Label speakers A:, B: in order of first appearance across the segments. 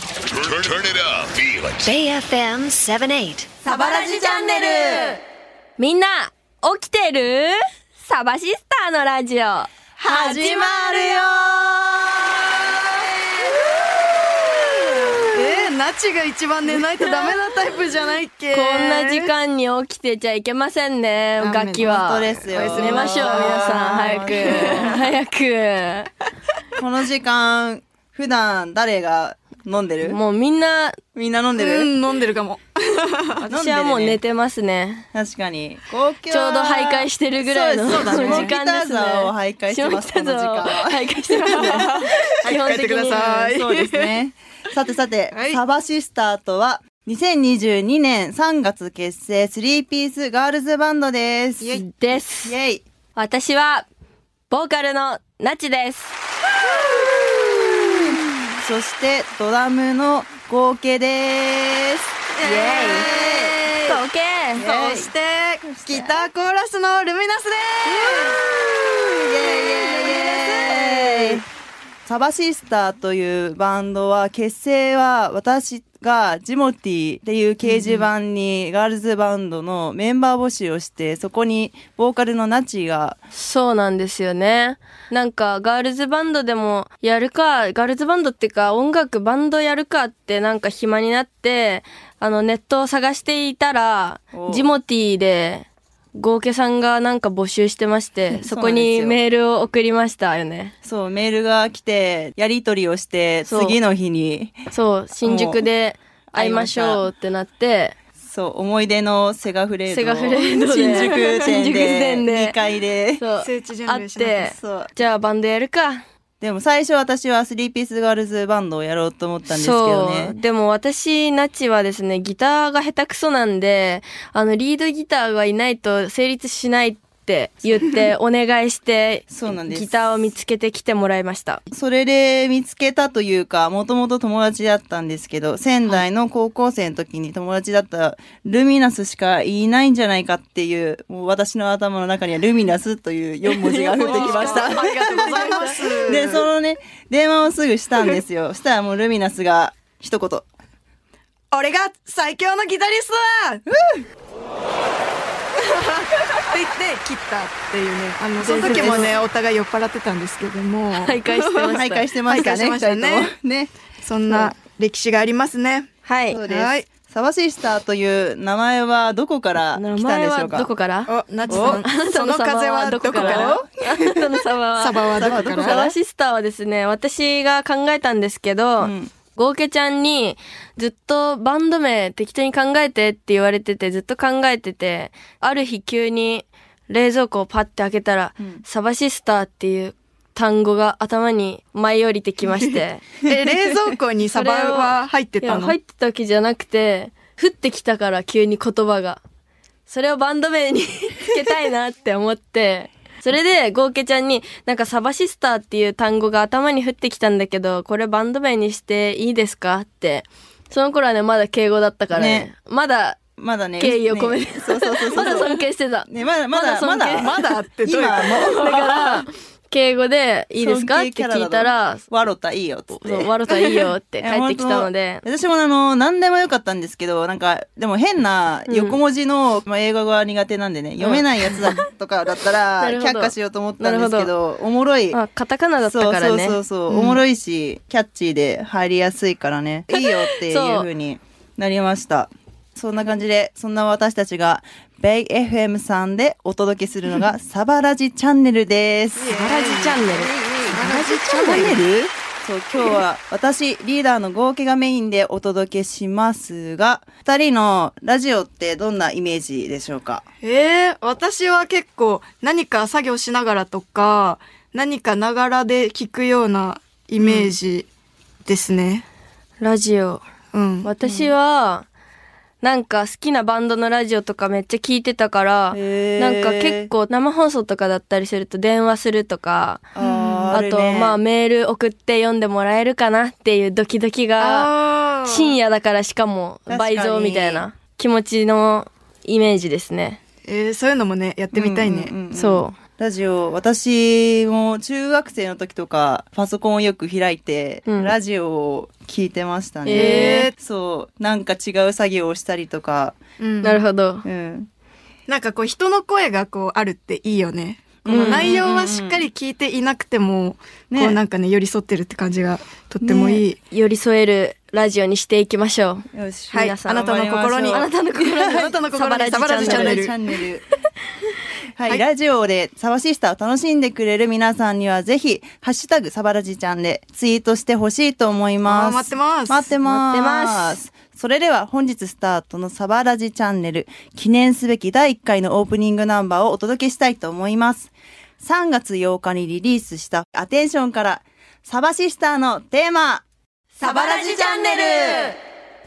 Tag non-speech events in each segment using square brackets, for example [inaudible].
A: Turn, turn it up. Feel it.
B: JFM 78.
C: サバラジチャンネルみんな、起きてるサバシスターのラジオ、始まる
D: えー、ナチが一番寝ないとダメなタイプじゃないっけ
C: よこんな時間に起きてちゃいけませんね、
D: ダメ
C: 楽器は。
E: 本当ですよ
C: 寝ましょう、皆さん、早く。
E: [laughs]
C: 早
E: この時間、普段誰が飲んで
C: く。
E: る
C: もうみんな、
E: みんな飲んで
D: う
E: る、
D: ん、飲んでるかも。
E: [laughs] 飲ん
C: 私
E: でる
C: は
E: ね
C: もう寝てますね。
E: 確かに。合計
C: ちょうど徘徊してるぐらいの時
E: そうですそうだね
C: 間ですね。
E: 下北沢を徘徊してます
C: 下北沢を
E: この時間
C: 徘徊してますね。基本的に。
D: い
E: そうです
C: [laughs]
E: ね。さてさて、
D: はい
E: サバシスターとは、2022年3月結成3ピースガールズバンドです。イ
C: です。
E: ェイ。
C: 私は、ボーカルのナチです。
E: そして、ドラムの合計です。イェイ。
C: オッケー
E: ェイ
D: そして、ギターコーラスのルミナスで
E: イエーイイエーイサバシスターというバンドは結成は私がジモティっていう掲示板にガールズバンドのメンバー募集をしてそこにボーカルのナチが
C: そうなんですよね。なんか、ガールズバンドでもやるか、ガールズバンドっていうか、音楽、バンドやるかってなんか暇になって、あの、ネットを探していたら
E: お、
C: ジモティーで、ゴーケさんがなんか募集してまして、そ
E: そうな
C: こに
E: んですよ
C: メールを送りましたよね。
E: そうメールが来てやり取りをして
C: そう
E: 次の日に
C: そう、新宿で会いましょうってなって、
E: そう思い出のセガフレード
C: セガフレードで
E: 新宿
C: 新
E: 店
C: 宿店で
E: で2階で
C: そう、
D: 聖地巡
C: 会
D: 礼
C: っ
D: しながら
C: て、
E: そう
C: じゃあバンドやるか。
E: でも最初私はスリーピースガールズバンドをやろうと思ったんですけど
C: そう。
E: ね。
C: でも私、ナチはですね、ギターが下手くそなんで、あの、リードギターがいないと成立しないって言って、お願いして、
E: そうなんです
C: ギターを見つけてきてもらいました。
E: それで見つけたというか、もともと友達だったんですけど、仙台の高校生の時に友達だったルミナスしかいないんじゃないかっていう、もう私の頭の中にはルミナスという4文字が降ってきまし
C: [laughs]
E: た。
D: ありがとうございます。
E: で、そのね、電話をすぐしたんです
C: [laughs]
E: よ。したらもうルミナスが一言。
D: 俺が最強のギタリストだって言って切ったっていうねあのその時もねお互い酔っ払ってたんですけども、
C: 徘徊してました。
E: 徘徊してましたね、
D: 徘徊してましたね
E: 二人ともね。
D: そんな歴史がありますね
C: はい
E: そう。です。
D: はい
E: サバシスターという名前はどこから
C: 名
E: 来たん
C: 前
E: でしょ
C: は
E: うか
C: どこから
D: おナチさん
C: あなた
D: その
C: サバ
D: 風はどこから
C: あなたのサバは。
D: サバはどこから
C: サバシスターはですね、私が考えたんですけど、
E: ん
C: ゴーケちゃんにずっとバンド名適当に考えてって言われてて、ずっと考えてて、ある日急に冷蔵庫をパッて開けたら、サバシスターっていう単語が頭に舞い降りてきまして。
D: [laughs] え冷蔵庫にサバは入って
C: い
D: た
C: や、
D: の
C: 入ってたわけじゃなくて、降ってきたから急に言葉が。それをバンド名につけたいなって思って、それで、ゴーケちゃんに、なんかサバシスターっていう単語が頭に降ってきたんだけど、これバンド名にしていいですかって。その頃はね、まだ敬語だったからね。
E: ね
C: まだ
E: まだね。
C: 敬意を込め
E: ね
C: て、
E: そうそうそう
C: まだ
E: そう。
C: 尊敬してた。
E: ね、まだ、まだ、
C: ま
E: ま
C: だ尊敬
E: だ、
D: まだあってどういうこ
E: 今も
C: だ
E: [laughs]
C: から、敬語でいいですかって聞いたら、そ
E: わろたいいよっつって。
C: う、わろたいいよって帰ってきたの
E: [laughs] いや
C: で、
E: 本当私もあの、何でもよかったんですけど、なんか、でも変な横文字の、まあ、英語が苦手なんでね、読めないやつだとかだったら、
C: [laughs] なるほど
E: 却下しようと思ったんですけど、おもろい。
C: あ、カタカナだったからね。
E: そうそうそうそう、おもろいしキャッチーで入りやすいから
C: [laughs]
E: ねいいよってい
C: そう
E: う風になりましたそんな感じでそんな私たちがベイ FM さんでお届けするの
C: [laughs]
E: がサバラジチャンネルですサ
C: サバラジチャンネル。
E: バラジチャンネルそう今日は私リーダーの合計がメインでお届けしますが2人のラジオってどんなイメージでしょうか
D: えー、私は結構何か作業しながらとか何かながらで聞くようなイメージですね。
C: ラジオ。
D: うん。
C: 私は、なんか好きなバンドのラジオとかめっちゃ聞いてたから、
E: へー
C: なんか結構生放送とかだったりすると電話するとか、
E: あ
C: あとまあメール送って読んでもらえるかなっていうドキドキが、
D: あー
C: 深夜だからしかも
E: 確か
C: 倍
E: に
C: 増みたいな気持ちのイメージですね。
D: えー、そういうのもねやってみたいね。
E: うんうんうん
C: そ
E: ラジオ、私も中学生の時とか、パソコンをよく開いて、
C: うん
E: ラジオを聞いてましたね。
C: え
E: そう、なんか違う作業をしたりとか、
D: うん
C: なるほど。
E: うん。
D: なんかこう人の声がこうあるっていいよね。この内容はしっかり聞いていなくても、
E: ね
D: こうなんかね、寄り添ってるって感じがとってもいい。
C: 寄り添えるラジオにしていきましょう。
E: よし、
D: はい
E: 皆さん
D: あなたの心に
E: 頑張
C: あな
E: りましょう
C: たの心に、
D: [laughs] あなたの心に
C: サバラジチャンネル。
E: チャンネ
C: [laughs]
E: ル。はい、ラジオでサバシスターを楽しんでくれる皆さんにはぜひ、ハッシュタグサバラジちゃんでツイートしてほしいと思います。
D: あー待ってます
E: 待ってます。
C: 待ってます
E: それでは本日スタートのサバラジチャンネル、記念すべき第1回のオープニングナンバーをお届けしたいと思います。3月8日にリリースしたアテンションから、サバシスターのテーマ、
C: サバラジチャンネル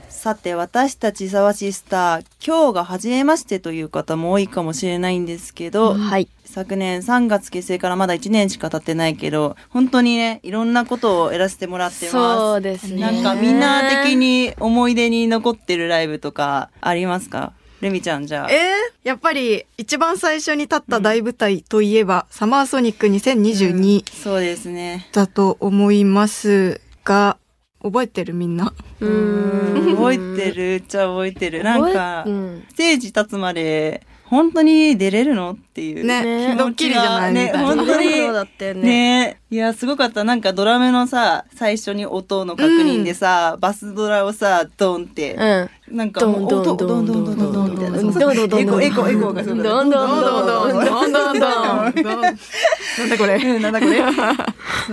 E: さて、私たちサワシスター、今日が初めましてという方も多いかもしれないんですけど、
C: はい。
E: 昨年3月結成からまだ1年しか経ってないけど、本当にね、いろんなことをやらせてもらってます。
C: そうですね。
E: なんかみんな的。に思い出に残ってるライブとかありますかルミちゃんじゃあ。
D: えーやっぱり一番最初に立った大舞台といえば、サマーソニック2022
E: そうですね。
D: だと思いますが、覚えてるみんな。
C: うーん。
E: 覚えてるっちゃ覚えてる。なんか
C: 覚え、うん
E: ステージ立つまで、本当に出れるのっていう。
D: ね
C: ね
D: ドッキリじゃないみ
E: ね
D: たいな。
E: 本当に
C: そうだったよね。
E: ねえいや、すごかった。なんかドラムのさ、最初に音の確認でさ、バスドラをさ、ドンって、
C: うん。
E: なんかもう音、ドンドンドンドンドンみたいな。そうそうエコ、エコ、エコがそうだ
C: どんどんどんど
D: [laughs]
C: んどんどんどん。
D: なんだこれ。
E: うん、なんだこれ。
D: もう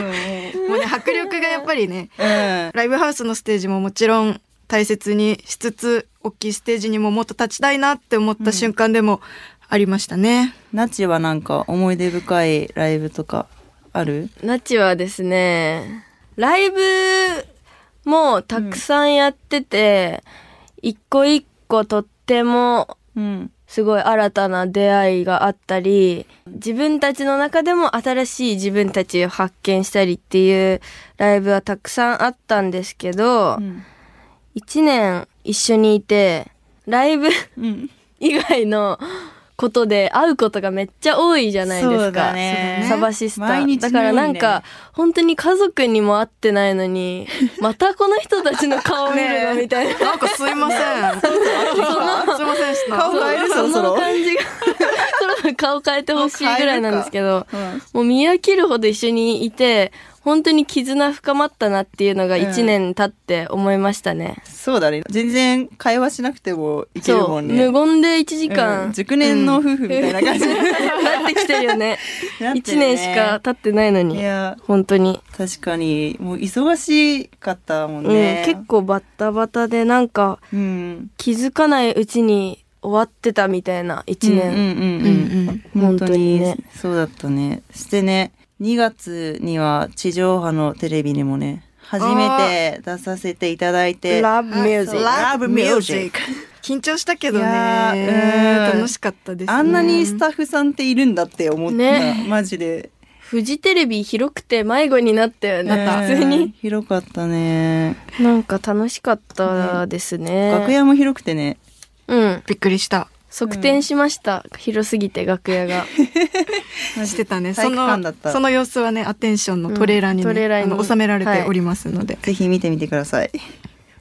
D: ね、迫力がやっぱりね、
E: うん。
D: ライブハウスのステージももちろん大切にしつつ、大きいステージにももっと立ちたいなって思った瞬間でもありましたね。
E: ナチはなんか思い出深いライブとかある
C: ナチはですね、ライブもたくさんやってて、一個一個とっても
E: うん。
C: すごい新たな出会いがあったり、自分たちの中でも新しい自分たちを発見したりっていうライブはたくさんあったんですけど、
E: ん。
C: 一年一緒にいて、ライブ
E: うん。
C: 以外のことで会うことがめっちゃ多いじゃないですか。
E: そうだね
C: サバシスタ
E: 毎
C: ー、
E: 日の
C: だ
E: ようにね
C: からなんか、本当に家族にも会ってないのに、またこの人たちの顔見るのみたいな。
D: なんかすいません。すいませんでした。
E: [laughs] 顔変えるそろそろ
C: の感じが、そろ顔変えてほしいぐらいなんですけど、
E: うん
C: もう見飽きるほど一緒にいて、本当に絆深まったなっていうのが一年経って思いましたね。
E: そうだね。全然会話しなくてもいけるもんね。
C: 無言で1時
E: うん
C: 間、
E: 熟年の夫婦みたいな感じ。
C: なってきてる
E: [laughs]
C: よね。
E: なって
C: 1
E: るね
C: 年しか経ってないの
E: い
C: に。
E: や、
C: 本当に。
E: 確かに、もう忙しかったもん
C: うん、
E: ね。
C: 結構バッタバタでなんか
E: うん。
C: 気づかないうちに終わってたみたいな1年。
E: うんうんう
D: う
E: んん
D: う
E: うん
D: ん。
E: 本当
C: 本当に
E: に
C: ね
E: そうだったね。してね、2月には地上波のテレビにもね、初めて出させていただいて。
C: ラブミュージック。
E: ラブミュージック。
D: 緊張したけどね
E: いやーうん
D: 楽しかったですね
E: あんなにスタッフさんっているんだって思った。
C: ね
E: マジで。
C: フジテレビ広くて迷子になったよね。普通
E: うん
C: に。
E: 広かったね。
C: なんか楽しかったですね。
E: 楽屋も広くてね。
C: うん。
D: びっくりした
C: 側転しました。広すぎて楽屋が。
D: してたね
E: 体
D: そ
E: 育館だ
D: の
E: った
D: その様子はねアテンションのトレーラーに,、ね
C: うんトレーラーに
D: あの収められておりますので、
E: ぜひ見てみてください。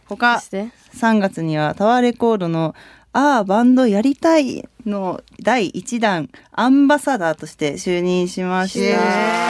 E: 他
C: そ、して
E: 3月にはタワーレコードの「ああバンドやりたい」の第1弾アンバサダーとして就任しました。
D: えー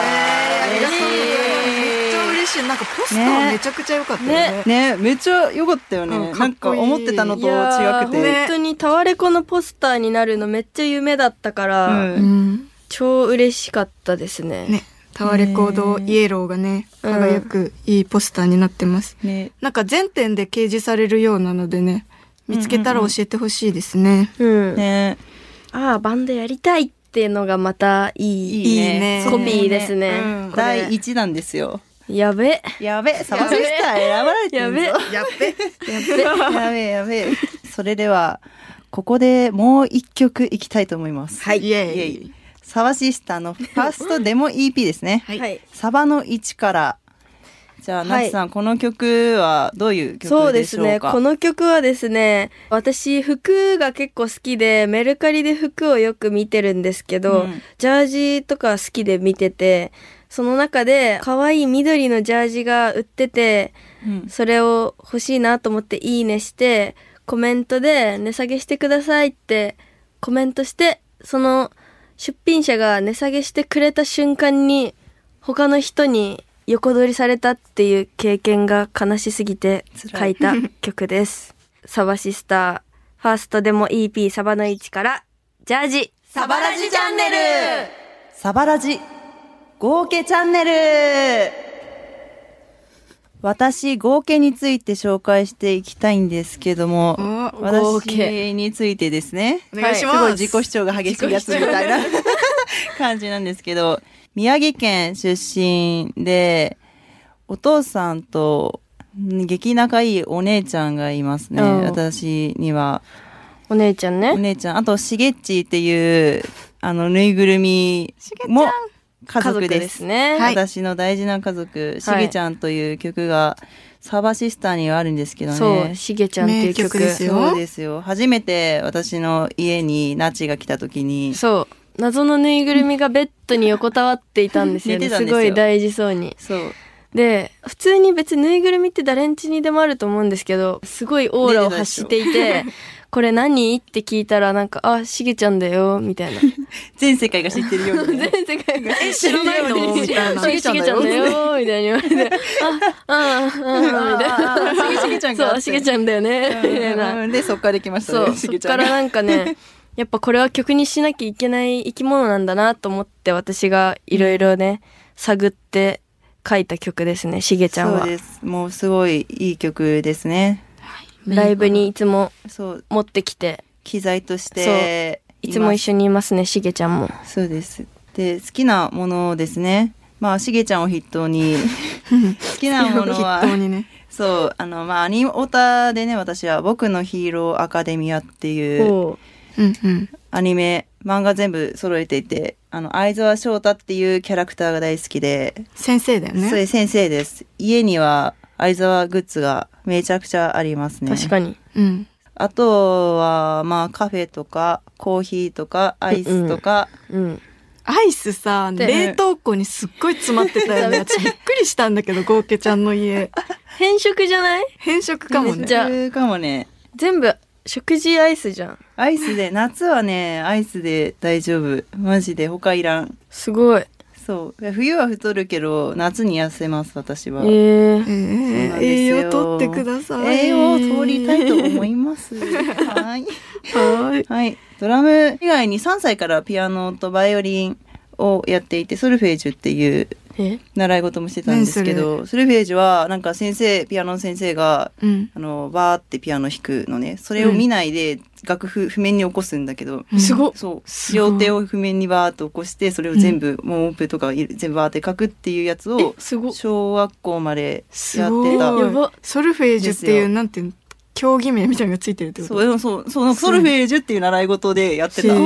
E: 嬉
D: ありがとうございますめっち
E: し
D: ゃ嬉しいなんかポスター
E: ね
D: めちゃくちゃ良かったよね
E: いねめっちゃ良かったよね、
D: うんか
E: な
D: っ
E: ん
D: こ
E: か
D: いい
E: 思ってたの
C: い
E: と
C: や
E: 違
C: ー
E: く
D: ね
E: て、
C: 本当にタワレコのポスターになるのめっちゃ夢だったか
E: う
C: ら、
D: うんん
C: 超嬉しかったですね。
D: ねタワーレコードイエローがね
C: うん
D: 輝くいいポスターになってます、
E: ね
D: なんか全店で掲示されるようなのでね見つけたら教えてほしいですね、
C: うん。
E: ね
C: ああ、バンドやりたいっていうのがまたいい。
E: いい
D: いいね
E: ね
C: コピーですね。
D: うん
C: これ
E: 第1弾ですよ
C: やべ。
E: やべサバセスター選ばれて
C: や
E: る
C: べ。
E: ぞ
C: や
D: やっべ
C: べ。
E: やべえやべえ。それでは、ここでもう一曲いきたいと思います。
D: はい
E: イエイ。サバシスターのファーストデモ EP ですね。
C: はい。
E: サバの1から、じゃあ、
C: はい
E: ナツさん、この曲はどういう曲でしょうか
C: そうですね。この曲はですね、私服が結構好きで、メルカリで服をよく見てるんですけど、
E: うん
C: ジャージとか好きで見てて、その中で可愛い緑のジャージが売ってて、
E: うん
C: それを欲しいなと思っていいねして、コメントで値下げしてくださいってコメントして、その出品者が値下げしてくれた瞬間に他の人に横取りされたっていう経験が悲しすぎて書い
E: [laughs]
C: た曲です。サバシスター、ファーストでも EP サバの1から、ジャージ
E: サバラジチャンネルサバラジ合計チャンネル私、合計について紹介していきたいんですけども
D: お、
C: 合計
E: 私についてですね。
D: お願いします
E: すごい自己主張が激しいやつみたいな感じなんですけど、宮城県出身で、お父さんと、ん激仲いいお姉ちゃんがいますね。
C: うん
E: 私には。
C: お姉ちゃん
E: お
C: ね。
E: 姉ちゃん。あと、しげっちっていう、あの、ぬいぐるみも家族です。
C: ね。
D: はい
E: 私の大事な家族、しげちゃんという曲が、サバシスターにはあるんですけどね。
C: そう、しげちゃんっていう曲。
D: 名曲ですよ
E: そうですよ。初めて私の家にナチが来た時に、
C: そう。謎のぬいぐるみがベッドに横たわっていたんですよ
E: 寝
C: ね。
E: てたん
C: す
E: ですよ
C: ごい大事そうに。
E: そう。
C: で、普通に別にぬいぐるみって誰ん家にでもあると思うんですけど、すごいオーラを発していて、これ何って聞いたらなんか、あ、しげちゃんだよ、みたいな。
E: 全世界が知ってるようにね。
C: 全世界が。え、
D: 知らないのみたいな
C: しげちゃんだよ、みたいな言われて、あ、うん、うん、みたいな。
E: しげしげちゃんがあっ
C: そ
E: て
C: う、しげちゃんだよね、みたいな。
E: [laughs] うんで、そっからできましたね
C: そう、
E: し
C: そ
E: げ
C: っ
E: ちゃ
C: か
E: んが
C: らなんか [laughs] ね、やっぱこれは曲にしなきゃいけない生き物なんだなと思って私がいろいろね、探って書いた曲ですね、しげちゃん
E: そう
C: は。
E: です。もうすごいいい曲ですね。
C: ライブにいつも
E: そう、
C: 持ってきて、
E: 機材として。
C: いつも一緒にいますね、しげちゃんも。
E: そうです。で、好きなものですね。まあ、しげちゃんを筆頭に、好きなものは、
D: 筆頭にね
E: そう、あの、まあ、アニオタでね、私は、僕のヒーローアカデミアっていう
C: おう
D: うんうん
E: アニメ、漫画全部揃えていて、あの、相沢翔太っていうキャラクターが大好きで、
D: 先生だよ
E: そ
D: ね
E: れ先生です。家には相沢グッズがめちゃくちゃありますね。
C: 確かに。
D: うん
E: あとは、まあ、カフェとか、コーヒーとか、アイスとか、
C: うん。
D: アイスさ
C: で
D: 冷凍庫にすっごい詰まってたよね私びっくりしたんだけどゴーケちゃんの家
C: 変色じゃない
D: 変色かもね
C: じゃあ
E: そういうかもね。
C: 全部、食事アイスじゃん。
E: アイスで、夏はね、アイスで大丈夫。マジで、他いらん。
C: すごい。
E: そう。いや冬は太るけど、夏に痩せます、私は。
C: えー
D: え。
E: そう
D: ー
E: なんです
D: 栄
E: よ
D: 養とってください
E: 栄養を取りたいと思います。はい。
D: はい
E: はい。ドラム以外に3歳からピアノとバイオリンをやっていて、ソルフェージュっていう
C: え
E: 習い事もしてたんですけど、ソルフェージュはなんか先生、ピアノの先生が、
D: うん
E: あの、バーってピアノ弾くのね、それを見ないで楽譜譜面に起こすんだけど、
D: すごっ
E: そう。
D: すごい
E: 両手を譜面にバーっと起こして、それを全部、もうオペとかい全部バーって書くっていうやつを、
C: すご
E: 小学校までや
D: す
E: っ
D: ご
E: て
D: い
E: た。
C: やば
D: ソルフェージュって
E: です
D: い
E: よ
D: うなんていうの競技名みたいなのがついてるってこ
E: そ
D: と
E: う、でもそう、そう、ソルフェージュっていう習い事でやってた。
D: へ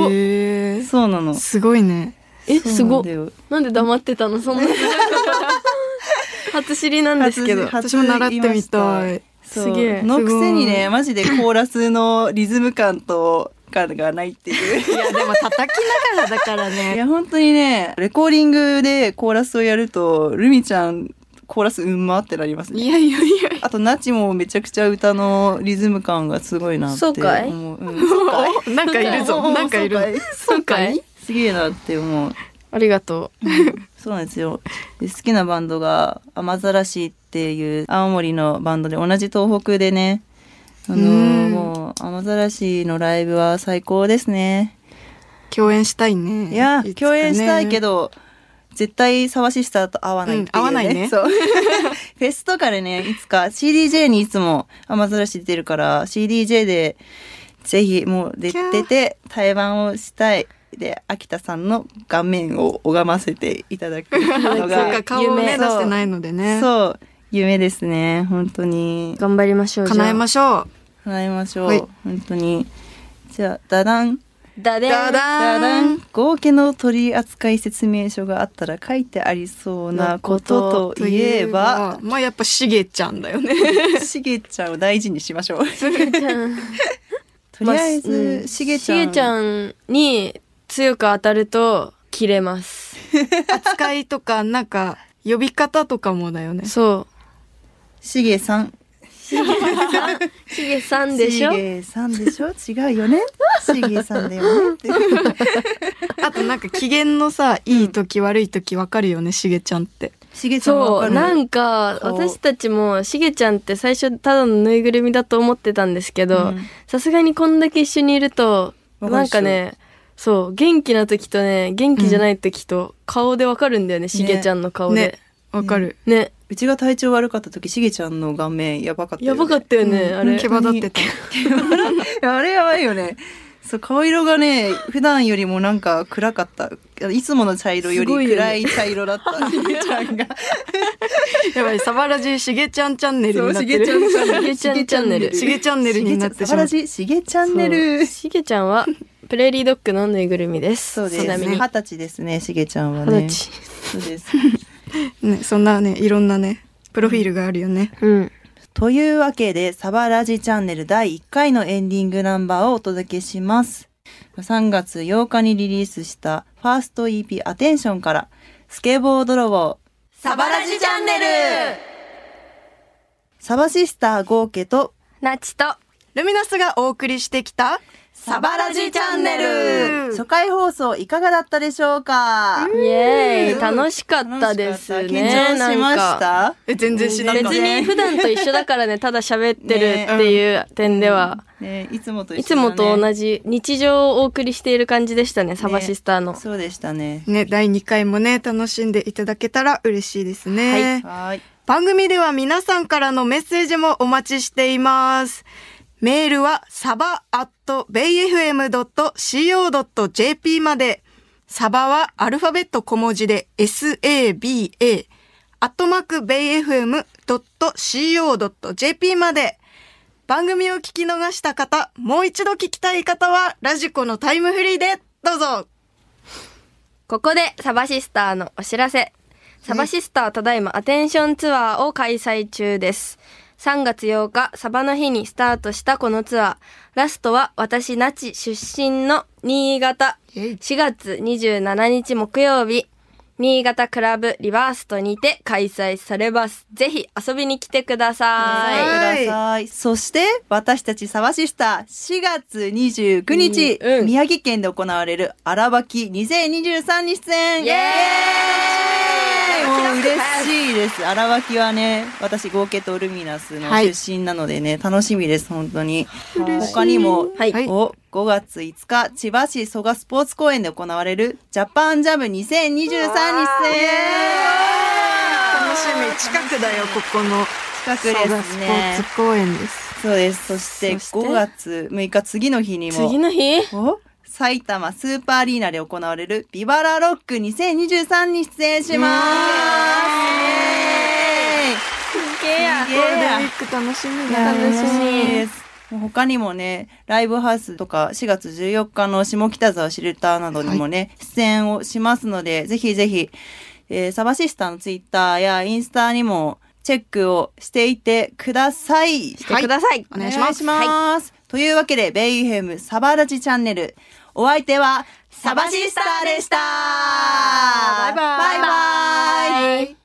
D: ー
E: そうなの。
D: すごいね
C: え、
E: そう
C: す
E: な
C: ご
E: んだよ
C: なんで黙ってたのそんな。 [laughs] 初知りなんですけど。
E: 初
D: 私も習ってみたい
E: そう
C: すげえ
E: のくせに
D: すご
E: ね、
D: い
E: マジでコーラスのリズム感と、感がないっていう。
D: いやでも叩きながらだから
E: い
D: ね
E: や、本当にね、レコーディングでコーラスをやると、ルミちゃん、コーラスうんまってなりますね。
D: いやいやいや
E: あと、ナチもめちゃくちゃ歌のリズム感がすごいなって
C: そう
E: 思う。
C: かい
E: うん
D: おなんかいるぞ。なんかいる。。
C: そうかい
E: すげえなって思う。
C: ありがとう。
E: そうなんですよ。で好きなバンドが、雨ざらしっていう青森のバンドで、同じ東北でね、あの
D: うん
E: もう、雨ざらしのライブは最高ですね。
D: 共演したいね。
E: いや、
D: つかね
E: 共演したいけ。ど、絶対サワシスターと合わないっていう、ね
D: うん合わないね [laughs]
E: そう。フェスとかでね、いつか CDJ にいつも雨ざらし出てるから、CDJ で、ぜひもう出
D: キャー
E: てて、対バンをしたい。で、秋田さんの顔面を拝ませていただくの
D: そうか
E: が、
D: 顔をね
E: 夢
D: 出してないのでね。
E: そう、夢ですね。本当に。
C: 頑張りましょう。
D: 叶えま
C: し
D: しょう。
E: 叶えましょう。
D: はい
E: 本当に。じゃあ、ダダン。
C: だでん
D: ダダーン
E: 合計の取扱説明書があったら書いてありそうなことといえば、
D: まあやっぱしげちゃんだよね
E: しげちゃんを大事にしま
C: [laughs]
E: しょう。とり
C: ま
E: あえ
C: うん
E: ず、しげち
C: し
E: ゃん。
C: げちゃんに強く当たると切れます。
D: [laughs] 扱いとかなんか呼び方とかもだよね
C: そ
E: しげさん。
C: う。しげさんでしょ
E: しげさんでしょ違うよね。しげさんだよね
C: [laughs]
E: って。
D: [laughs] あとなんか機嫌のさいい時悪い時わかるよねしげちゃんって
E: しげちゃんわ
C: そ
E: か
C: う
E: る。
C: なんか
E: 顔
C: 私たちもしげちゃんって最初ただのぬいぐるみだと思ってたんですけ
E: う
C: ど
E: ん
C: さすがにこんだけ一緒にいると
E: わかるでしょ
C: なんかねそう元気な時とね元気じゃない時と顔でわかるんだよねしげちゃんの顔
D: ね
C: で
D: わかる、
C: ね
E: うちが体調悪かった時、しげちゃんの顔面やばかったよ
C: や
E: ね。
C: ばかったよね
D: うん
C: あれ
D: 毛羽立ってた
E: [laughs] あれやばいよね。そう、顔色がね、普段よりもなんか暗かった。いつもの茶色よ
C: すごい
E: り
C: よね
E: 暗い茶色だった。しげちゃんが。
D: [laughs] やばいサバラジしげちゃんチャンネ
E: そ
D: ルに
E: う、
D: なっ
E: してげ
D: る
E: ちゃんチャンネ
D: [laughs]
E: ル。
C: しげちゃんチャンネル
D: しげチャンネルになってし
E: し
D: ま
E: げ
D: う
E: ちゃん素晴らしい。しげチャンネ
C: そう
E: ル。
C: しげちゃんはプレーリードッグのぬいぐるみです
E: そうです
C: ちなみ
E: ね。
C: に
E: 二十歳ですね、しげちゃんは
C: 二
E: ね。
C: 十歳
E: そうです。
D: ねそんなねいろんなねプロフィールがあるよね
C: うん
E: というわけで、サバラジチャンネル第1回のエンディングナンバーをお届けします。3月8日にリリースしたファースト EP アテンションから、スケボー泥棒。
C: サバラジチャンネル
E: サバシスター豪家と
C: なちと
D: ルミナスがお送りしてきた
E: サバラジチャンネ
D: ル
E: 初回放送いかがだったでしょうか
C: イエーイ楽しかったですね
E: 楽しかった緊張しました
C: なんか
D: え全然しなかっ
C: 別
D: た
C: に普段と一緒だからねただ喋ってるっていう点では、
E: ねいつもと一緒
C: いつもと
E: じ
C: 同じ日常をお送りしている感じでしたねサバシスターの、
E: そうでしたね
D: ね第2回もね楽しんでいただけたら嬉しいですね、
E: はい
D: 番組では皆さんからのメッセージもお待ちしています。メールはサバアットベイ FM.co.jp まで。サバはアルファベット小文字で saba アットマークベイ FM.co.jp まで。番組を聞き逃した方、もう一度聞きたい方はラジコのタイムフリーでどうぞ。
C: ここでサバシスターのお知らせ。サバシスターただいまアテンションツアーを開催中です。3月8日、サバの日にスタートしたこのツアー。ラストは私、那智出身の新潟。
D: イエイ
C: 4月27日木曜日、新潟クラブリバーストにて開催されます。ぜひ遊びに来てく
E: は
C: だ
E: い
C: さい。
D: はい
E: くださいそして私たちサバシスター4月29日、
C: うんうん
E: 宮城県で行われる荒ばき2023に出演
C: イエーイ
E: もう嬉しいです。荒脇はね、私、合計とルミナスの
D: はい
E: 出身なのでね、楽しみです、本当に。他にも、
C: はい
E: お5月5日、千葉市蘇我スポーツ公園で行われるジャパンジャム2023に出演
D: 楽しみ。近くだよ、ここの。
E: 近くですね
D: スポー。ツ公園です。
E: そうです。そして、
C: そして
E: 5月6日、次の日にも、
C: 次の日
E: お埼玉スーパーアリーナで行われるビバラロック2023に出演します。イエーイ
D: ゴールデンウィーク楽しみだ
C: 楽
D: ね。
C: しみ
E: です。もう他にもね、ライブハウスとか4月14日の下北沢シルターなどにもね、出演をしますので、ぜひぜひ、えーサバシスターのツイッターやインスタにもチェックをしていてください。
C: 来てください。
D: お願いします
E: お願いし
C: は
E: ますというわけで、ベイヘムサバラジチャンネル、お相手はサバシスターでした
C: バイバイ
E: バイバイ